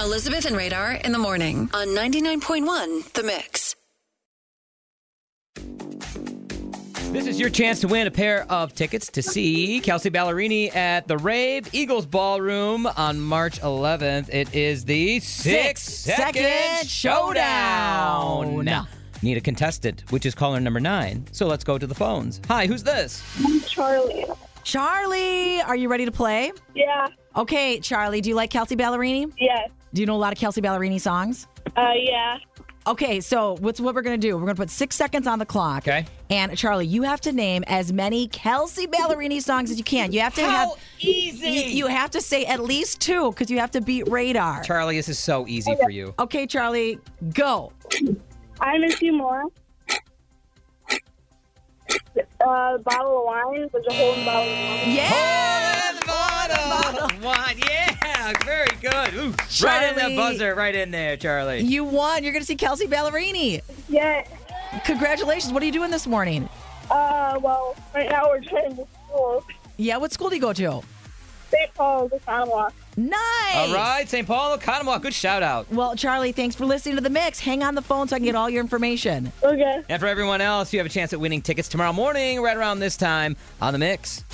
Elizabeth and Radar in the morning on 99.1 The Mix. This is your chance to win a pair of tickets to see Kelsey Ballerini at the Rave Eagles Ballroom on March 11th. It is the six second, second showdown. showdown. Need a contestant, which is caller number nine. So let's go to the phones. Hi, who's this? Charlie. Charlie, are you ready to play? Yeah. Okay, Charlie, do you like Kelsey Ballerini? Yes. Do you know a lot of Kelsey Ballerini songs? Uh, yeah. Okay, so what's what we're gonna do? We're gonna put six seconds on the clock. Okay. And Charlie, you have to name as many Kelsey Ballerini songs as you can. You have to have easy. you, you have to say at least two because you have to beat radar. Charlie, this is so easy for you. okay, Charlie, go. I miss you more. Uh, bottle of wine. There's a whole bottle of wine. Yeah. One, yeah, very good. Ooh, right in Charlie. the buzzer, right in there, Charlie. You won. You're gonna see Kelsey Ballerini. Yeah. Congratulations. What are you doing this morning? Uh, well, right now we're trying to school. Yeah, what school do you go to? St. Paul's, the sidewalk. Nice. All right, St. Paul, Oconomowoc, good shout out. Well, Charlie, thanks for listening to the mix. Hang on the phone so I can get all your information. Okay. And for everyone else, you have a chance at winning tickets tomorrow morning, right around this time on the mix.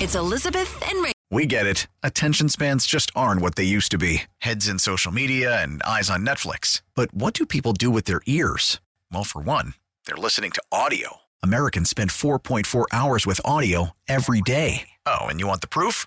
It's Elizabeth and Radar. We get it. Attention spans just aren't what they used to be heads in social media and eyes on Netflix. But what do people do with their ears? Well, for one, they're listening to audio. Americans spend 4.4 hours with audio every day. Oh, and you want the proof?